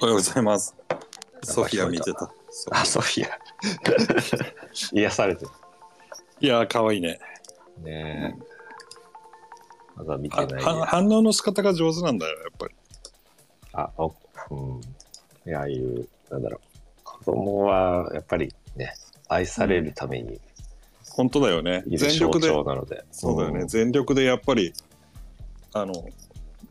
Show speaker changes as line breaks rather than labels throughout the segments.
おはようございます。ソフィア見てた。そう
あ、ソフ ィア。癒されてる。
いやー、可愛いね。
ねえ。まだ見て
あ
ない
は
や。
反応の仕方が上手なんだよ、やっぱり。
あ、おうん。いや、ああいう、なんだろう。子供は、やっぱりね、愛されるために
本当だよね。
いる
全
象
力で、
徴なので。
そうだよね。
ん
全力でやっぱり、あの、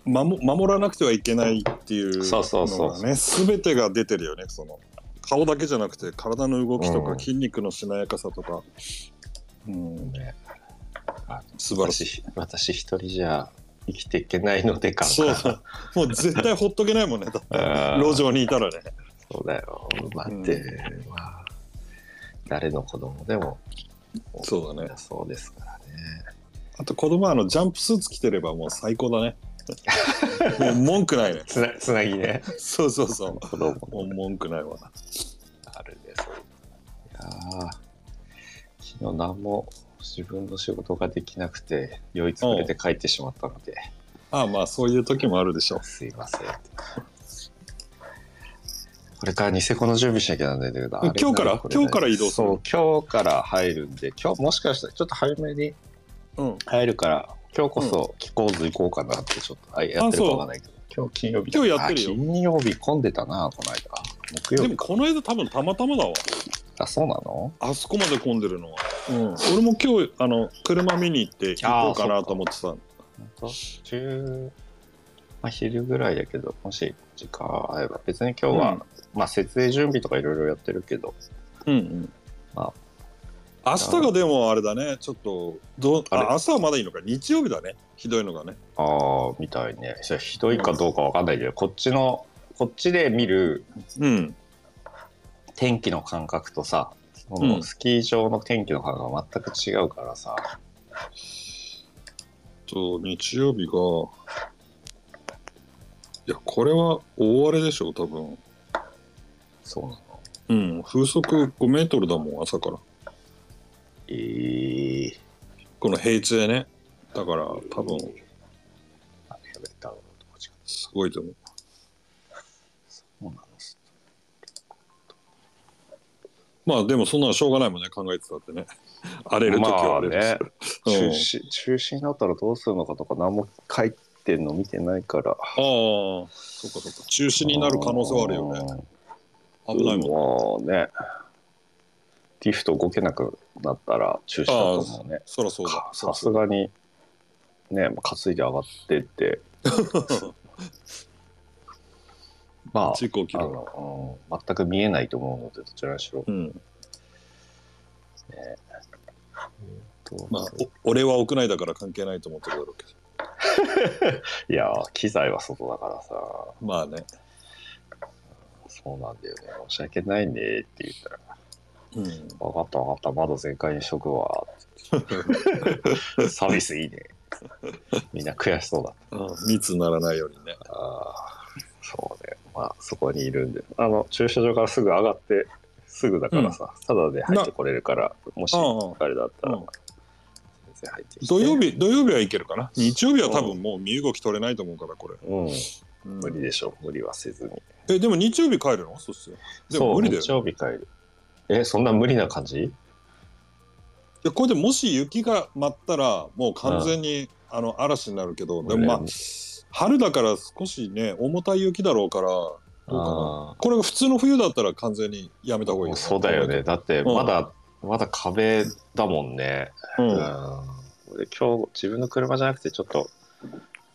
守守らなくてはいけないっていう
そうそうそう
のがね、すべてが出てるよね。その顔だけじゃなくて、体の動きと
う
か
ん
筋肉のしなやかさとか、うん、
ね
素晴らしい。
私、私一人じゃ生きていけないので感
そう
が
そう。もう絶対ほっとけないもんね。だって
あー
路上にいたらね。
そうだよ。待って、まあ、誰の子供でも
そうだね。
そうですからね。
あと子供はあのジャンプスーツ着てればもう最高だね。もう文句ないね。
つなつなぎね。
そうそうそう。
子供
もう文句ないわ。
あるね、そう。いやー昨日何も自分の仕事ができなくて、酔いつぶれて帰ってしまったので、
ああまあそういう時もあるでしょう。
すいません。これからニセコの準備しなきゃなんないんだけど、
うん
あれ
今日から
なんこれね
今日から移動する
そう、今日から入るんで、今日もしかしたらちょっと早めに
うん、
入るから、今日こそ気構図行こうかなって、ちょっと、あやってるかわかんないけど、今日金曜日だ
今日やってるよ
あ金曜日混んでたな、この間。木曜
で
日
も
か。
この間多分たまたまだわ
あ、そうなの
あそこまで混んでるのは、うん、俺も今日あの車見に行って行こうかなと思ってた
本当中、まあ、昼ぐらいだけど、もし時間合えば、別に今日は、
うん
まあ、設営準備とかいろいろやってるけど、
うんうん
あ
明日がでもあれだねちょっとどう
あれ
あ明日はまだいいのか日曜日だねひどいのがね
ああ、みたいね。それひどいかどうかわかんないけど、こっちの、こっちで見る
うん
天気の感覚とさ、そ
うん
のスキー場の天気の感覚が全く違うからさ、
と日曜日がいやこれは大荒れでしょう多分
そうなの。
うん風速5メートルだもん朝から
ええ
この平地でねだから多分
あやべダウンロードこっちか
すごいと思う
そうなの
まあでもそんなのしょうがないもんね考えてたってね 荒れる時は荒れるし、
まあ
う
ね、
ん
中止、中止になったらどうするのかとか何も書いてんの見てないから。
ああそうかそうか中止になる可能性はあるよね
ね。
危ないも
も
ん
ん。まあね。リフト動けなくなったら中止だと思うね。
そらそうだ
か
そ
さ
うそ
す
う
がに、ね、まあ担いで上がってっ て、まあ、
事故起き
あ
るわ
のうん全く見えないと思うので、どちらにしろ。
うん
と
まあお俺は屋内だから関係ないと思ってるだろうけど
いやー、機材は外だからさ。
まあね
そうなんだよね。申し訳ないねって言ったら、
うん
分かった分かった、窓全開にしとくわ。 サービスいいね。みんな悔しそうだっ
うん密にならないようにね
た。あーそうね。まあ、そこにいるんで。あの、駐車場からすぐ上がって、すぐだからさ、ただで入ってこれるから、もし、
あ
あれだったら、
うん
全然入ってきて。
土曜日土曜日はいけるかな日曜日は多分もう身動き取れないと思うからこれ、
うん、
うん
無理でしょう。無理はせずに。
えでも日曜日帰るのそしてで
そ
も
う
無理だよ
日曜日帰る。え、そんな無理な感じ
でこれでもし雪が舞ったらもう完全にあの嵐になるけどでもまあ
うん
春だから少しね重たい雪だろうからどうかな
あー
これが普通の冬だったら完全にやめた方がいいよね
そうだよね。だって、
うん
まだ、まだ壁だもんね。
うん
うん。で今日、自分の車じゃなくて、ちょっと、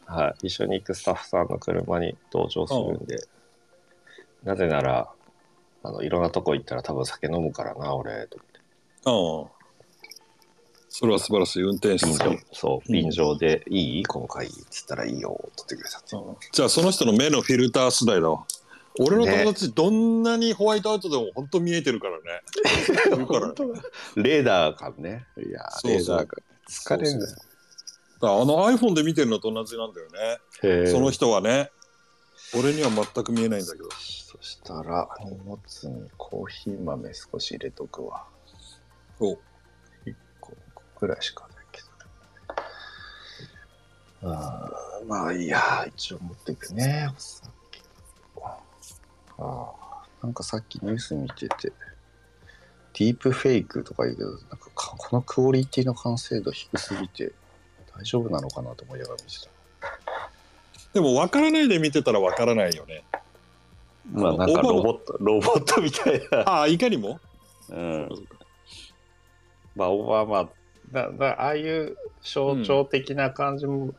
はい、一緒に行くスタッフさんの車に同乗するんで、なぜなら、あの、いろんなとこ行ったら多分酒飲むからな、俺、と思って
うんそれは素晴らしい運転手
便
さん
乗、そう、便乗で、いい今回、つったらいいよ、取ってくれたって。
うんじゃあその人の目のフィルター次第だわ俺の友達どんなにホワイトアウトでも本当見えて るからねいるからね
レーダー感ね。いやー、
そうそう
レーダー感。疲れるんだよ。
だからあの iPhone で見てるのと同じなんだよね、
へー
その人はね俺には全く見えないんだけど
そしたら荷物にコーヒー豆少し入れとくわ。
お
1個個ぐらいしかないけど。あーまあいいや、一応持っていくね。お酒ああ、なんかさっきニュース見てて、ディープフェイクとか言うけど、なんかかこのクオリティの完成度低すぎて、大丈夫なのかなと思いながら見てた。
でも分からないで見てたら分からないよね。
まあなんかロボット、ロボットみたいな。
ああ、いかにも
うん。まあオバマ、だだああいう象徴的な感じも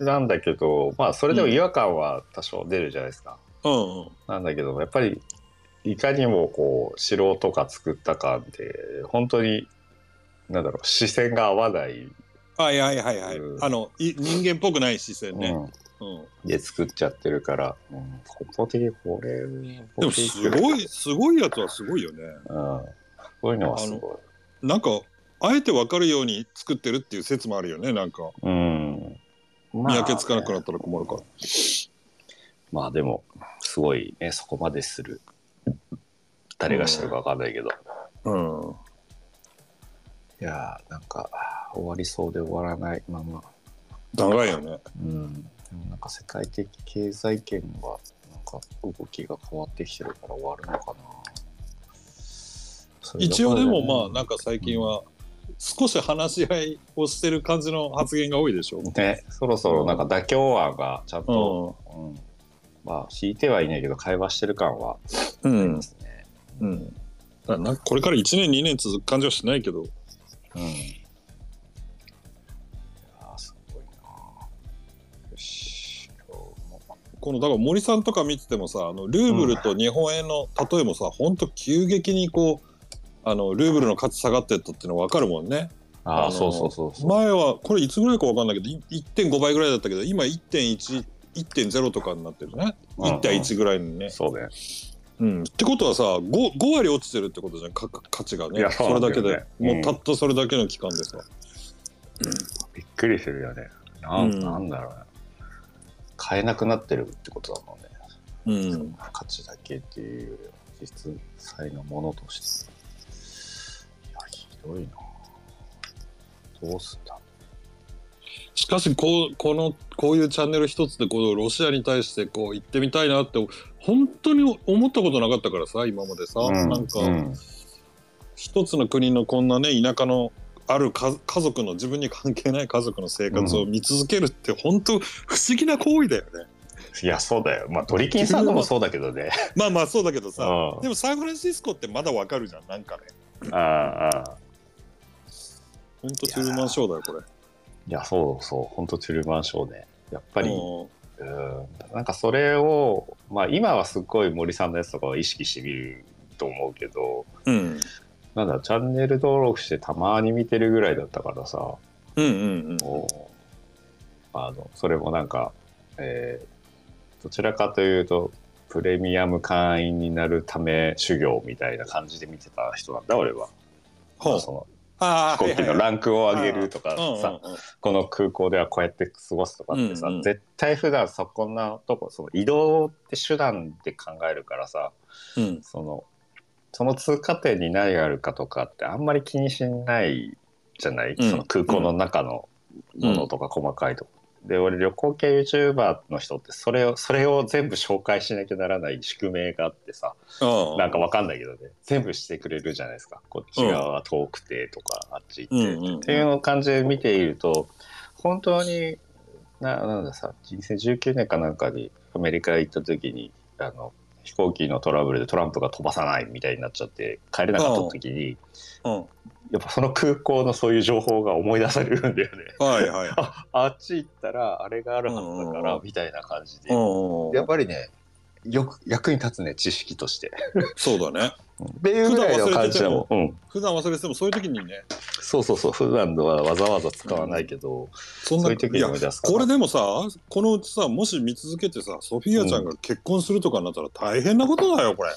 なんだけど、まあそれでも違和感は多少出るじゃないですか。
うんうん。
なんだけどもやっぱりいかにもこう素人が作った感で本当になんだろう視線が合わない、
はいはいはいはい。
うん
あの、い人間っぽくない視線ね。
うん
うん。
で作っちゃってるから、うん、こ的にこれ
でもすごい、すごいやつはすごいよね。
うん、すごいのはすごい。
なんか、あえて分かるように作ってるっていう説もあるよね。なんか、
うん
見
まあ
分けつかなくなったら困るから。
まあでもすごいねそこまでする誰がしてるかわかんないけど、
うん。
いやーなんか終わりそうで終わらないまま
長いよね。
うん、なんか世界的経済圏はなんか動きが変わってきてるから終わるのかな。それだか
一
ら
応
ね
でもまあ、なんか最近は、少し話し合いをしてる感じの発言が多いでしょ。
ね、そろそろなんか妥協案がちゃんと、
う
うんまあ引いてはいないけど会話してる感はあ
ん。う
り
ん
ま。すね。
うん。だからなんかこれから1年2年続く感じはしないけど、
うん。いやーすごいな。よし今日も
このだから森さんとか見ててもさあのルーブルと日本円の例えもさ、ほんと急激にこうあのルーブルの価値下がってったっていうの分かるもんね
あ
あの
あそうそうそうそう。
前はこれいつぐらいか分かんないけどい1.5倍ぐらいだったけど今1.11.0とかになってるね
うんうん
1.1ぐらいにね、
そうね。
うん、ってことはさ 5, 5割落ちてるってことじゃんか価値が
い
ね
や
そ
そうな
れ
んだ
だ
よ
け
ね
で、
う
も
ん
うたったそれだけの期間でさ
びっくりするよね。なん,、
うん
なんだろうね。買えなくなってるってことだもんね。
うん
価値だけっていうよりは実際のものとして。いや、ひどいな。どうすんだ
しかしこうこのこういうチャンネル一つでこうロシアに対してこう行ってみたいなって本当に思ったことなかったからさ今までさ、
う
なんか、
うん
一つの国のこんなね田舎のあるか家族の自分に関係ない家族の生活を見続けるって本当不思議な行為だよね、
いや、そうだよ。まあ、鳥金さんのもそうだけどね。
まあまあそうだけど
うん
さ、でもサンフランシスコってまだわかるじゃんなんかね
ああ、ああ。
本当ツールマンショーだよこれ
いや、そうそう。ほんと、トゥルーマンショーね。やっぱり、
うん
うんなんかそれを、まあ、今はすごい森さんのやつとかを意識してみると思うけど、
うん
なんだ、チャンネル登録してたまに見てるぐらいだったからさ。
うんうん
おあのそれもなんか、えーどちらかというとプレミアム会員になるため修行みたいな感じで見てた人なんだ俺は。
ほう
その
ああ
飛行機のランクを上げるとか
うんうん
さ、この空港ではこうやって過ごすとかってさ、
うんうん
絶対普段そこんなとこその移動って手段で考えるからさ
うんうん
そのその通過点に何があるかとかってあんまり気にしないじゃない、
うん
その空港の中のものとか細かいとこ、で俺旅行系 YouTuber の人ってそれをそれを全部紹介しなきゃならない宿命があってさ
うん
なんかわかんないけどね全部してくれるじゃないですかこっち側は遠くてとか、あっち行って、
うんうんうん
っていうのを感じで見ていると本当にななんださ2019年かなんかにアメリカ行った時にあの飛行機のトラブルでトランプが飛ばさないみたいになっちゃって帰れなかった時に
うん
やっぱその空港のそういう情報が思い出されるんだよね。
はいはい
ああっち行ったらあれがあるはずだか
うんうん
ら
うん
みたいな感じで、
うん
やっぱりねよく役に立つね知識として。
そうだね
っていうぐらいの感じだもん、うん、
普段忘れててもそういう時にね
そうそうそう普段のはわざわざ使わないけど、
そんな
そういう時に思い出すから
これでもさこのうちさもし見続けてさソフィアちゃんが結婚するとかになったら大変なことだよこれ。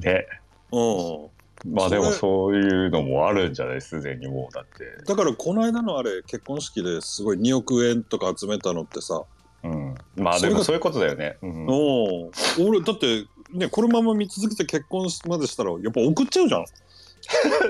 ね
う
まあでもそういうのもあるんじゃないすでにもうだって、
ん、だからこの間のあれ結婚式ですごい2億円とか集めたのってさ、
うん、まあでも
そ
そういうことだよね、うん
うん、俺だってねこのまま見続けて結婚までしたらやっぱ送っちゃうじゃん。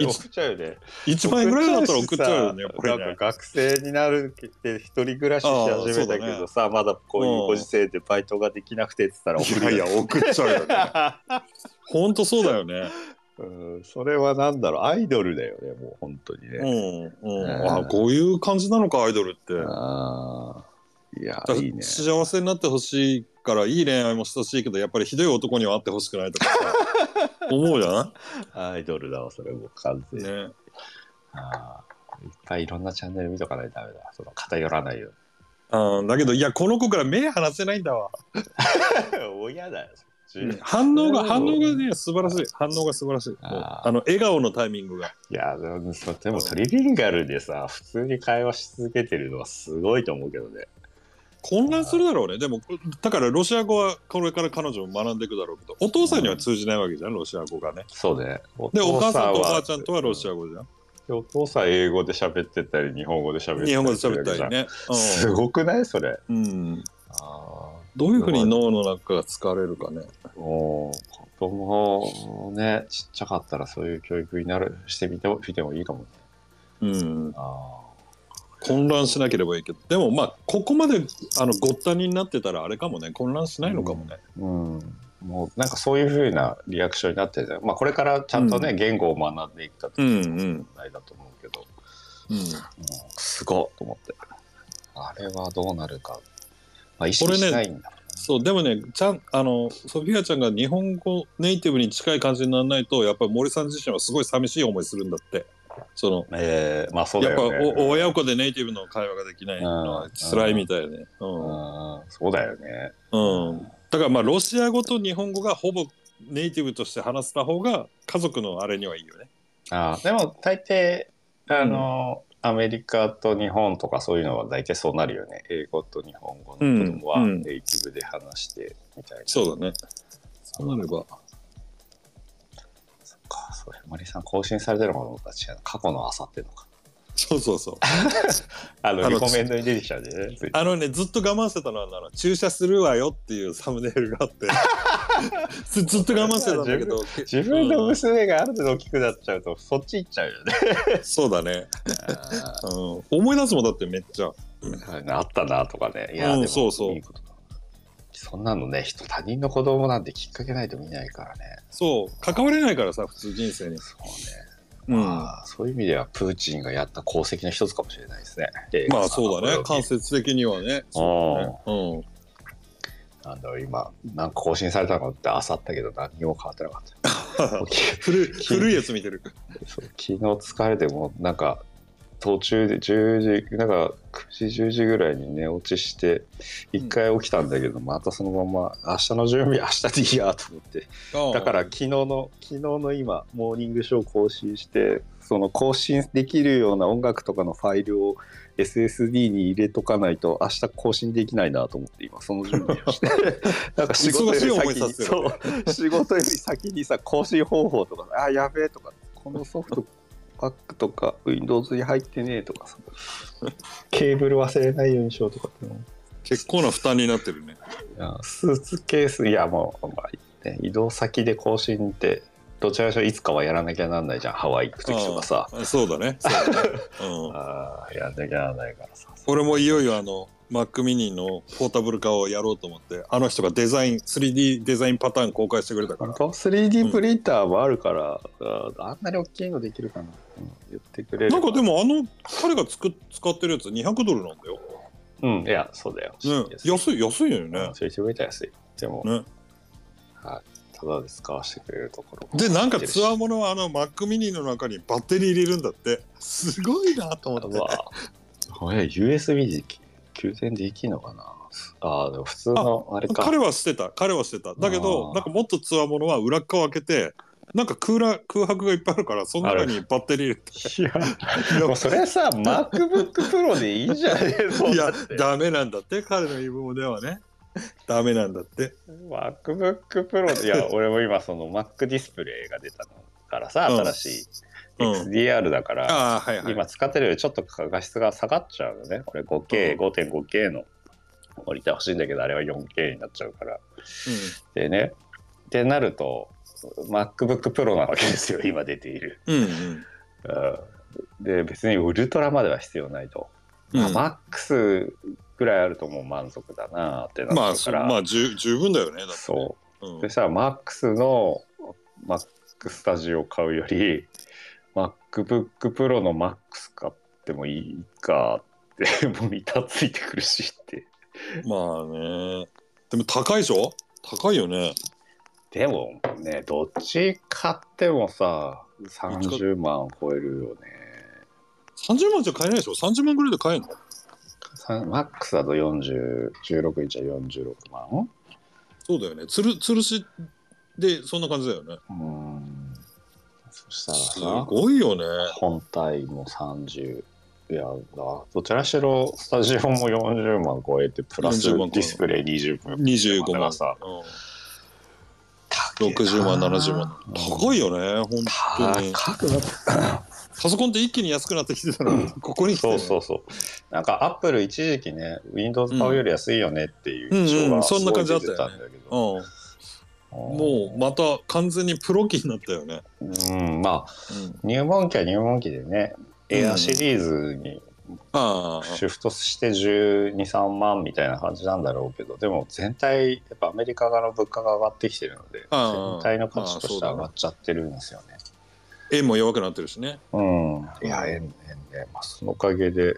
送っちゃうよね。
1万円ぐらいだったら送っちゃうよね、これ
なん
ね。
か学生になるって一人暮らしし始めたけどさ、まだこういうご時世でバイトができなくてって言ったら送
い
る
やい
よ
や、送っちゃうよね。 ほんとそうだよね。
うん、それはなんだろう、アイドルだよね、もう本当にね。
うん。うん。
ね
あ、こういう感じなのか、アイドルって。
ああ、いや
だ、から
いいね。
幸せになってほしいから、いい恋愛もしたしいけど、やっぱりひどい男には会ってほしくな いとかさ、思うじゃな
アイドルだわ、それもう完
い
全に。
ね。
あーいっぱいいろんなチャンネル見とかないとダメだ。その偏らないよ。
うん、だけど、いや、この子から目離せないんだわ。
親だよ。
反応
う
が、
ん
反応がね、素晴らしい。反応が素晴らしい。もう
あ
あ
ー
の、笑顔のタイミングが。
いや、でもそうでもトリリンガルでさ、普通に会話し続けてるのはすごいと思うけどね。
混乱するだろうね。でも、だから、ロシア語はこれから彼女も学んでいくだろうけど、お父さんには通じないわけじゃん、ロシア語がね。
そうね。お
で、お母さんとお
は
ばあちゃんとはロシア語じゃん。
でお父さん英語で喋ってたり、日本語で喋ってたり。
日本語で喋ったり。ね。
すごくないそれ。
うんうん。
あ
どういうふうに脳の中が使われるかね。
あ。もう、子供をね、ちっちゃかったらそういう教育になる、してみても見てもいいかもね。
うん。
あ
混乱しなければいいけど。でも、まあ、ここまで、あの、ごったになってたら、あれかもね、混乱しないのかもね。
うん、もうなんかそういうふうなリアクションになってるじゃん、まあ、これからちゃんとね、
う
言語を学んでいったって
うんうん
問題だと思うけど、
うん。
うんすごいと思ってあれはどうなるか、まあ、意
こ
識
れね
しないんだ、
そうでもねちゃんあのソフィアちゃんが日本語ネイティブに近い感じにならないとやっぱり森さん自身はすごい寂しい思いするんだってその
えーまあそうだ
やっぱ
よね
お親子でネイティブの会話ができないの
う
は
ん
辛いみたいねうん、
うんそうだよね
うん、だからまあロシア語と日本語がほぼネイティブとして話せた方が家族のあれにはいいよね
あーでも大抵あの、アメリカと日本とかそういうのは大体そうなるよね英語と日本語の子供は
うんうん
ネイティブで話してみたいな、
そうだねそうなれば
そっか、それ、マリさん更新されてるものたちが過去のあさってのか。
そうそうそう
あの、
あ
リ
の
コメンドに出てきたんでね。つい
あのねずっと我慢してたのはあの注射するわよっていうサムネイルがあって ずずっと我慢してたんだけ ど
自分の娘がある程度大きくなっちゃうと、そっち行っちゃうよね。
そうだね、うん、思い出すもんだってめっちゃ
あったなとかね。いや、
うん
でも
そうそう
いいことだそんなのね、人、他人の子供なんてきっかけないと見ないからね。
そう関われないからさ普通人生に、
そうね。
うん、ま
まあ、そういう意味では、プーチンがやった功績の一つかもしれないですね。
あそうだね間
関西。
接的にはね
うん
うん、
なんだろう、今、なんか更新されたのってあさったけど、何にも変わってなかった。
古い古いやつ見てる
そう昨日疲れてもうなんか途中で10時なんか9時10時ぐらいに寝落ちして一回起きたんだけど、またそのまま明日の準備明日でいいやと思ってだから昨日の昨日の今モーニングショー更新してその更新できるような音楽とかのファイルを SSD に入れとかないと明日更新できないなと思って今その準備を してなんか仕事より先に
忙しい思いさせるよ
そう仕事より先にさ更新方法とかあやべえとかこのソフトバックとか Windows に入ってねえとか さケーブル忘れないようにしようとかっていうの
結構な負担になってるね
いやスーツケースいやもう、まあね、移動先で更新ってどちらかしろいつかはやらなきゃなんないじゃんハワイ行く時とかさ
あそうだねそうだね、 うん、
ああやらなきゃならないからさ
俺もいよいよあの Mac mini のポータブル化をやろうと思ってあの人がデザイン 3D デザインパターン公開してくれたか
本
ら
当 3D プリンターもあるから、ああんなに大きいのできるかな、うん言ってくれる
なんかでもあの彼がつく使ってるやつ200ドルなんだよ、
うんいやそうだよ、
ね、安い安いよね
ねそれ一番安いでも、
ね
はい、ただで使わせてくれるところも
でなん
知
か
ってるし
ツアーものはあの Mac mini の中にバッテリー入れるんだってすごいなと思って
うわこれ USB で給電できるのかなああでも普通のあれか
彼はしてた彼はしてただけ
あ
ど
ー
なんかもっとツアーものは裏側を開けてなんか空ら空白がいっぱいあるからその中にバッテリー入れて
いや、で もそれさ、MacBook Pro でいいじゃねえぞ。
い
だ
や
って
ダメなんだって彼の言い分ではねダメなんだって
MacBook Pro で、いや、俺も今、その Mac ディスプレイが出たのからさ、
うん
新しい
うん
XDR だから、
ああはいはい
今使ってるよりちょっと画質が下がっちゃうのね。これ 5K、
うん
5.5K のモニター欲しいんだけど、あれは 4K になっちゃうから。
う
でね、ってなると、 MacBook Pro なわけですよ、今出ている。
うんう
う
ん
んで、別にウルトラまでは必要ないと。
うん
まあマックスぐらいあるともう満足だなって
ま
なっ
あ
てか
そ
ら、
まあ十十分だよねだってね
そうう。
ん
そしたら MAX の Mac スタジオ買うより MacBook Pro の MAX 買ってもいいかってモニターついてくるしって。
まあねでも高いでしょ高いよね
でもね、どっち買ってもさ、30万超えるよね。
30万じゃ買えないでしょ30万ぐらいで買えるの
さ MAX だと40、16インチは46万
そうだよねつるつるしでそんな感じだよね
うん。そしたらさ。
すごいよね
本体も30いやどちらしろスタジオも40万超えてプラスデ
40万超
ィ
え
スプレイ20分
25
だから
万
さ
う
高
ん、60万70万高いよね本当に
高くなった
パソコンって一気に安くなってきてたのにここに来て
そ
ね、
うそうそうなんかアップル一時期ね Windows 買うより安いよねっていう印
うんう
象
んうん
が
そんな感じだ
す
っ
ご
た
い
よ
出てた
ね
んだけど
うんもうまた完全にプロ機になったよね。
うんまあ入門機は入門機でね
うん
エアシリーズに
ああ、
シフトして123万みたいな感じなんだろうけどでも全体やっぱアメリカ側の物価が上がってきてるので
あ
全
あ
体の価値として
まあ
は上がっちゃってるんですよね。
円も弱くなってるしね。
うん、いや円円ね、まあ、そのおかげで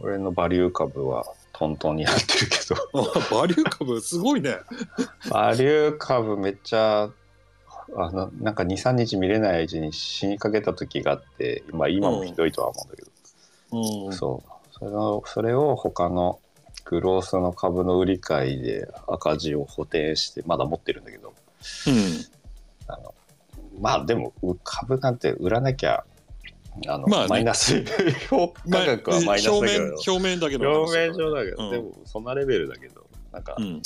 俺のバリュー株はトントンになってるけど
あバリュー株すごいね。
バリュー株めっちゃあのなんか23日見れないうちに死にかけた時があって今今もひどいとは思うんだけど、
うん
そうそれをそれを他のグロースの株の売り買いで赤字を補填してまだ持ってるんだけどまあでもう株なんて売らなきゃあの、
まあね
マイナス 評価額はマイナスだ
表
け
面
ど
表面だけど。
表面上だけど、
うん
でもそんなレベルだけどなんか、
うん。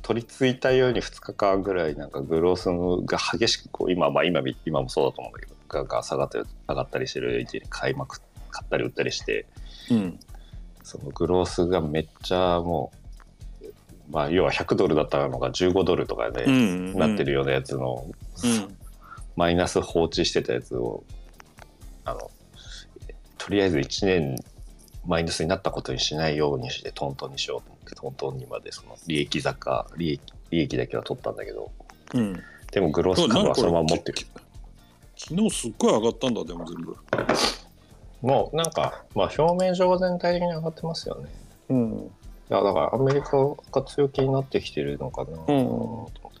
取り付いたように2日間ぐらいなんかグロースのが激しくこう今まあ今み今もそうだと思うんだけどがが下がってる上がったりしてるうちに買いまくっ買ったり売ったりして
うん。
そのグロースがめっちゃもう、まあ、要は100ドルだったのが15ドルとかで、
う
ね
ん。
なってるようなやつの、
うん。
マイナス放置してたやつをあのとりあえず1年マイナスになったことにしないようにしてトントンにしようと思ってトントンにまでその利益高利益利益だけは取ったんだけど
うん。
でもグロース株はそのまま持ってる
き昨日すっごい上がったんだでも全部。
もうなんか、まあ、表面上は全体的に上がってますよね
うん。
いやだからアメリカが強気になってきてるのかなと思っ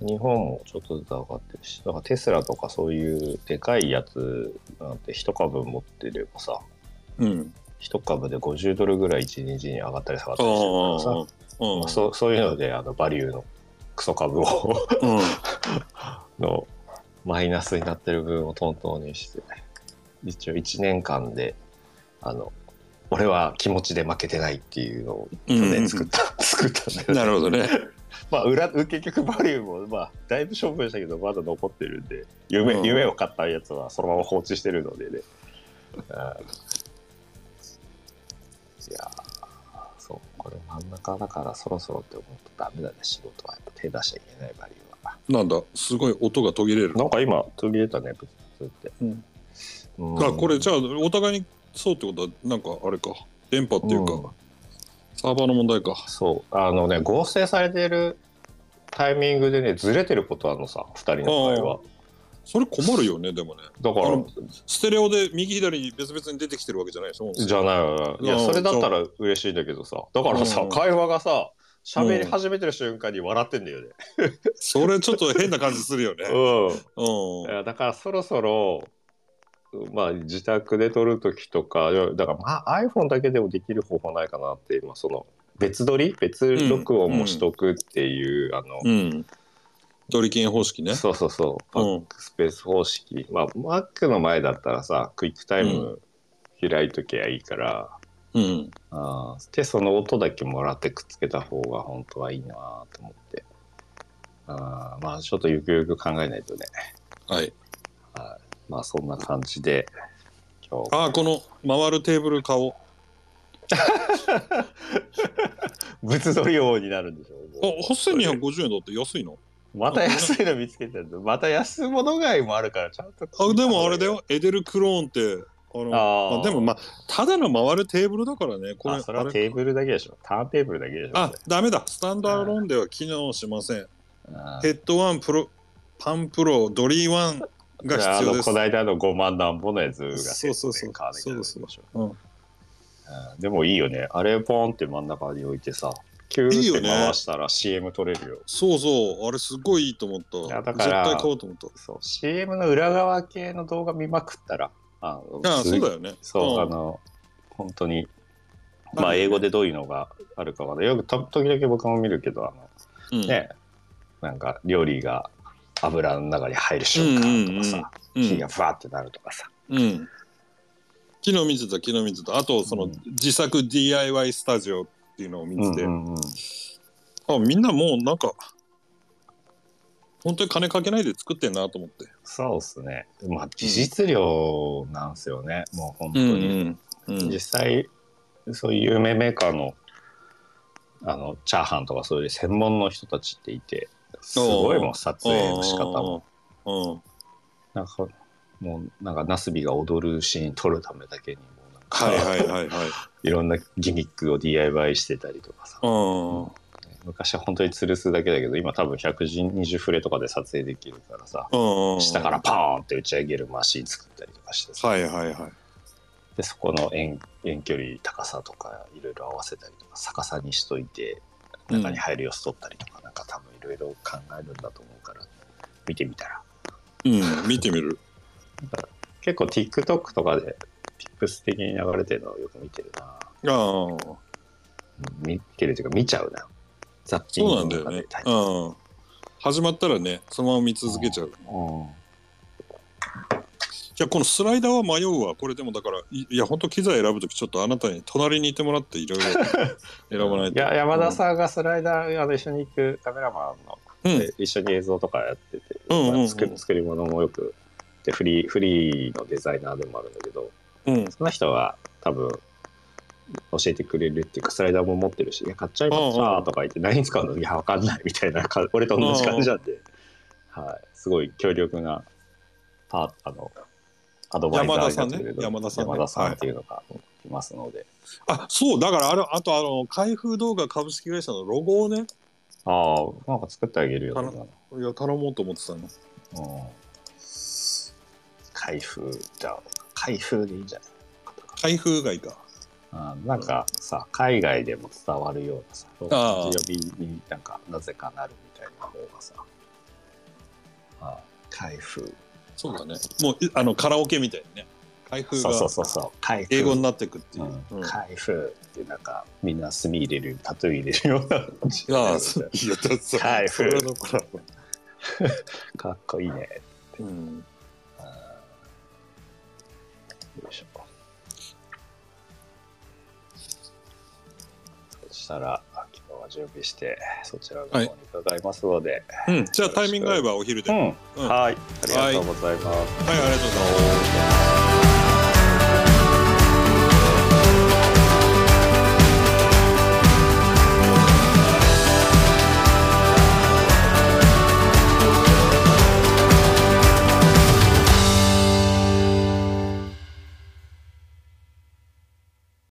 て、日本もちょっとずつ上がってるしだからテスラとかそういうでかいやつなんて一株持ってればさ
うん。
一株で50ドルぐらい1日に上がったり下がっ
あ
たりしてるからさ
あ。うん
まあ、そうそういうのであのバリューのクソ株を
うん。
のマイナスになってる分をトントンにして一応1年間であの俺は気持ちで負けてないっていうのを去年作った、作ったんだよね
なるほどね。
まあ、裏結局バリューも、まあ、だいぶ処分したけどまだ残ってるんで夢,、
うん
夢を買ったやつはそのまま放置してるのでね。うんいやーそうこれ真ん中だからそろそろって思うとダメだね仕事はやっぱ手出しちゃいけないバリューは。
なんだすごい音が途切れる。
なんか今途切れたねブツブツって。
うん
うん
あこれじゃあお互いにそうってことはなんかあれか電波っていうか、
うん
サーバーの問題か。
そうあのね合成されてるタイミングでねずれてることあるのさ2人の場合は。
それ困るよねでもね。
だか
あ
ら
のステレオで右左に別々に出てきてるわけじゃないでしょ。
じゃないよいや、
うん
それだったら嬉しいんだけどさ。だからさ、
うん
会話がさ、喋り始めてる瞬間に笑ってんだよね。
それちょっと変な感じするよね。
うい。
うん
や。だからそろそろ、まあ自宅で撮るときとか、いやだからまあ iPhone だけでもできる方法ないかなって、今その別撮り別録音もしとくっていう、あの、
うん。ドリキン方式ね。
そうそうそう、バ
うん
ックスペース方式。まあ Mac の前だったらさ、クイックタイム開いときゃいいから、
うん。
あーでその音だけもらってくっつけた方が本当はいいなと思ってあーまあちょっとゆくゆく考えないとね
はい。
まあそんな感じで今日
ああこの回るテーブル顔。
物撮り王になるんでしょ
あ八千二百五十円だって安いの。
また安いの見つけてるのまた安物買いもあるからちゃんと
あでもあれだよエデルクローンってあの
あー
まあ、でもまあただの回るテーブルだからねこれ
あそれ
あ
は
れ
テーブルだけでしょターンテーブルだけでしょ
あダメだスタンダードローンでは機能しません
あ
ヘッドワンプロパンプロドリーワンが
じゃああ
必要で
の
す
こないだの5万なんぼのやつが
そうそうそう
カーネギーのやつでしょ
うん
うんでもいいよねあれポンって真ん中に置いてさキュ
いい
ー
よ
って
ね
回したら CM 取れるよ
そうそうあれすごいいいと思った
いやだ
絶
から
対買おうと思った
そう CM の裏側系の動画見まくったらあの
ああ
す
そうだよね
そう、
ん
あの本当に
なん
ま
か
あ
ね
英語でどういうのがあるかはねよくと時々僕も見るけどあ
うん
のね、なんか料理が油の中に入る瞬間とかさ、
うん
火がふわってなるとかさ、
うん昨日見てた昨日見てたあとその、
うん
自作 DIY スタジオっていうのを見てて、
うんうんうん
あみんなもうなんか本当に金かけないで作ってんなと思って
そうっすねまあ技術量なんすよね、もう本当
本当
に、
に、うん
実際そういう有名メーカーのあのチャーハンとかそういう専門の人たちっていてすごいもう撮影の仕方も
うん
なんかもうなんかナスビが踊るシーン撮るためだけにもうなんか
はいはいはいはい
いろんなギミックを DIY してたりとかさ、
うん
昔は本当に吊るすだけだけど今多分120フレとかで撮影できるからさ、
うん
下からパーンって打ち上げるマシン作ったりとかしてさ、
はいはいはい
でそこの遠遠距離高さとかいろいろ合わせたりとか逆さにしといて中に入る様子撮ったりとか、なんか多分いろいろ考えるんだと思うから見てみたら
うん見てみる
結構 TikTok とかで Tips 的に流れてるのをよく見てるな
ああ
見てるというか見ちゃうなザッピン
そう
グ
なんだ
と
よ
か
ね
で大体
うん始まったらねそのまま見続けちゃう
うん
いやこのスライダーは迷うわこれでもだからいいや本当機材選ぶときちょっとあなたに隣にいてもらっていろい ろ選ばないと
や山田さんがスライダーあの一緒に行くカメラマンの、
うん、うん
で一緒に映像とかやってて、
うんうんうんうん
作作り物もよくでフリーフリーのデザイナーでもあるんだけど
うん、
その人は多分教えてくれるっていうかスライダーも持ってるし「いや買っちゃいます
うんう
か
ん」
とか言って「何使うの?」いやわかんないみたいなか 俺と同じ感じなんで、はい、すごい強力なパーあのアドバイザーになってくれる
山田さんね山田さん
山田さ
ね
んっていうのがいますので、
あそうだからあれあとあの開封動画株式会社のロゴをね
ああなんか作ってあげるよそんなの
いや頼もうと思ってたの
うん開封じゃあ開封でいいんじゃない
開封外か
あーなんかさ海外でも伝わるようなさ呼
あ
びになんかなぜかなるみたいな方がさあー開封
そうだねもういあのカラオケみたいにね開封
そうそう
が
そうそう開封
英語になってくっていうう、
ん
うんあ
開封ってなんかみんな墨入れるタトゥー入れるような感じ
あそういやだってさ
開封
それのコラボ
かっこいいね
うん
あーよいしょそしたら今日は準備してそちらの方に伺いますので、
うん、じゃあタイミング合えばお昼で、
う
は
ん
い
はい、ありがとうございます。
ありがとうございます
どうも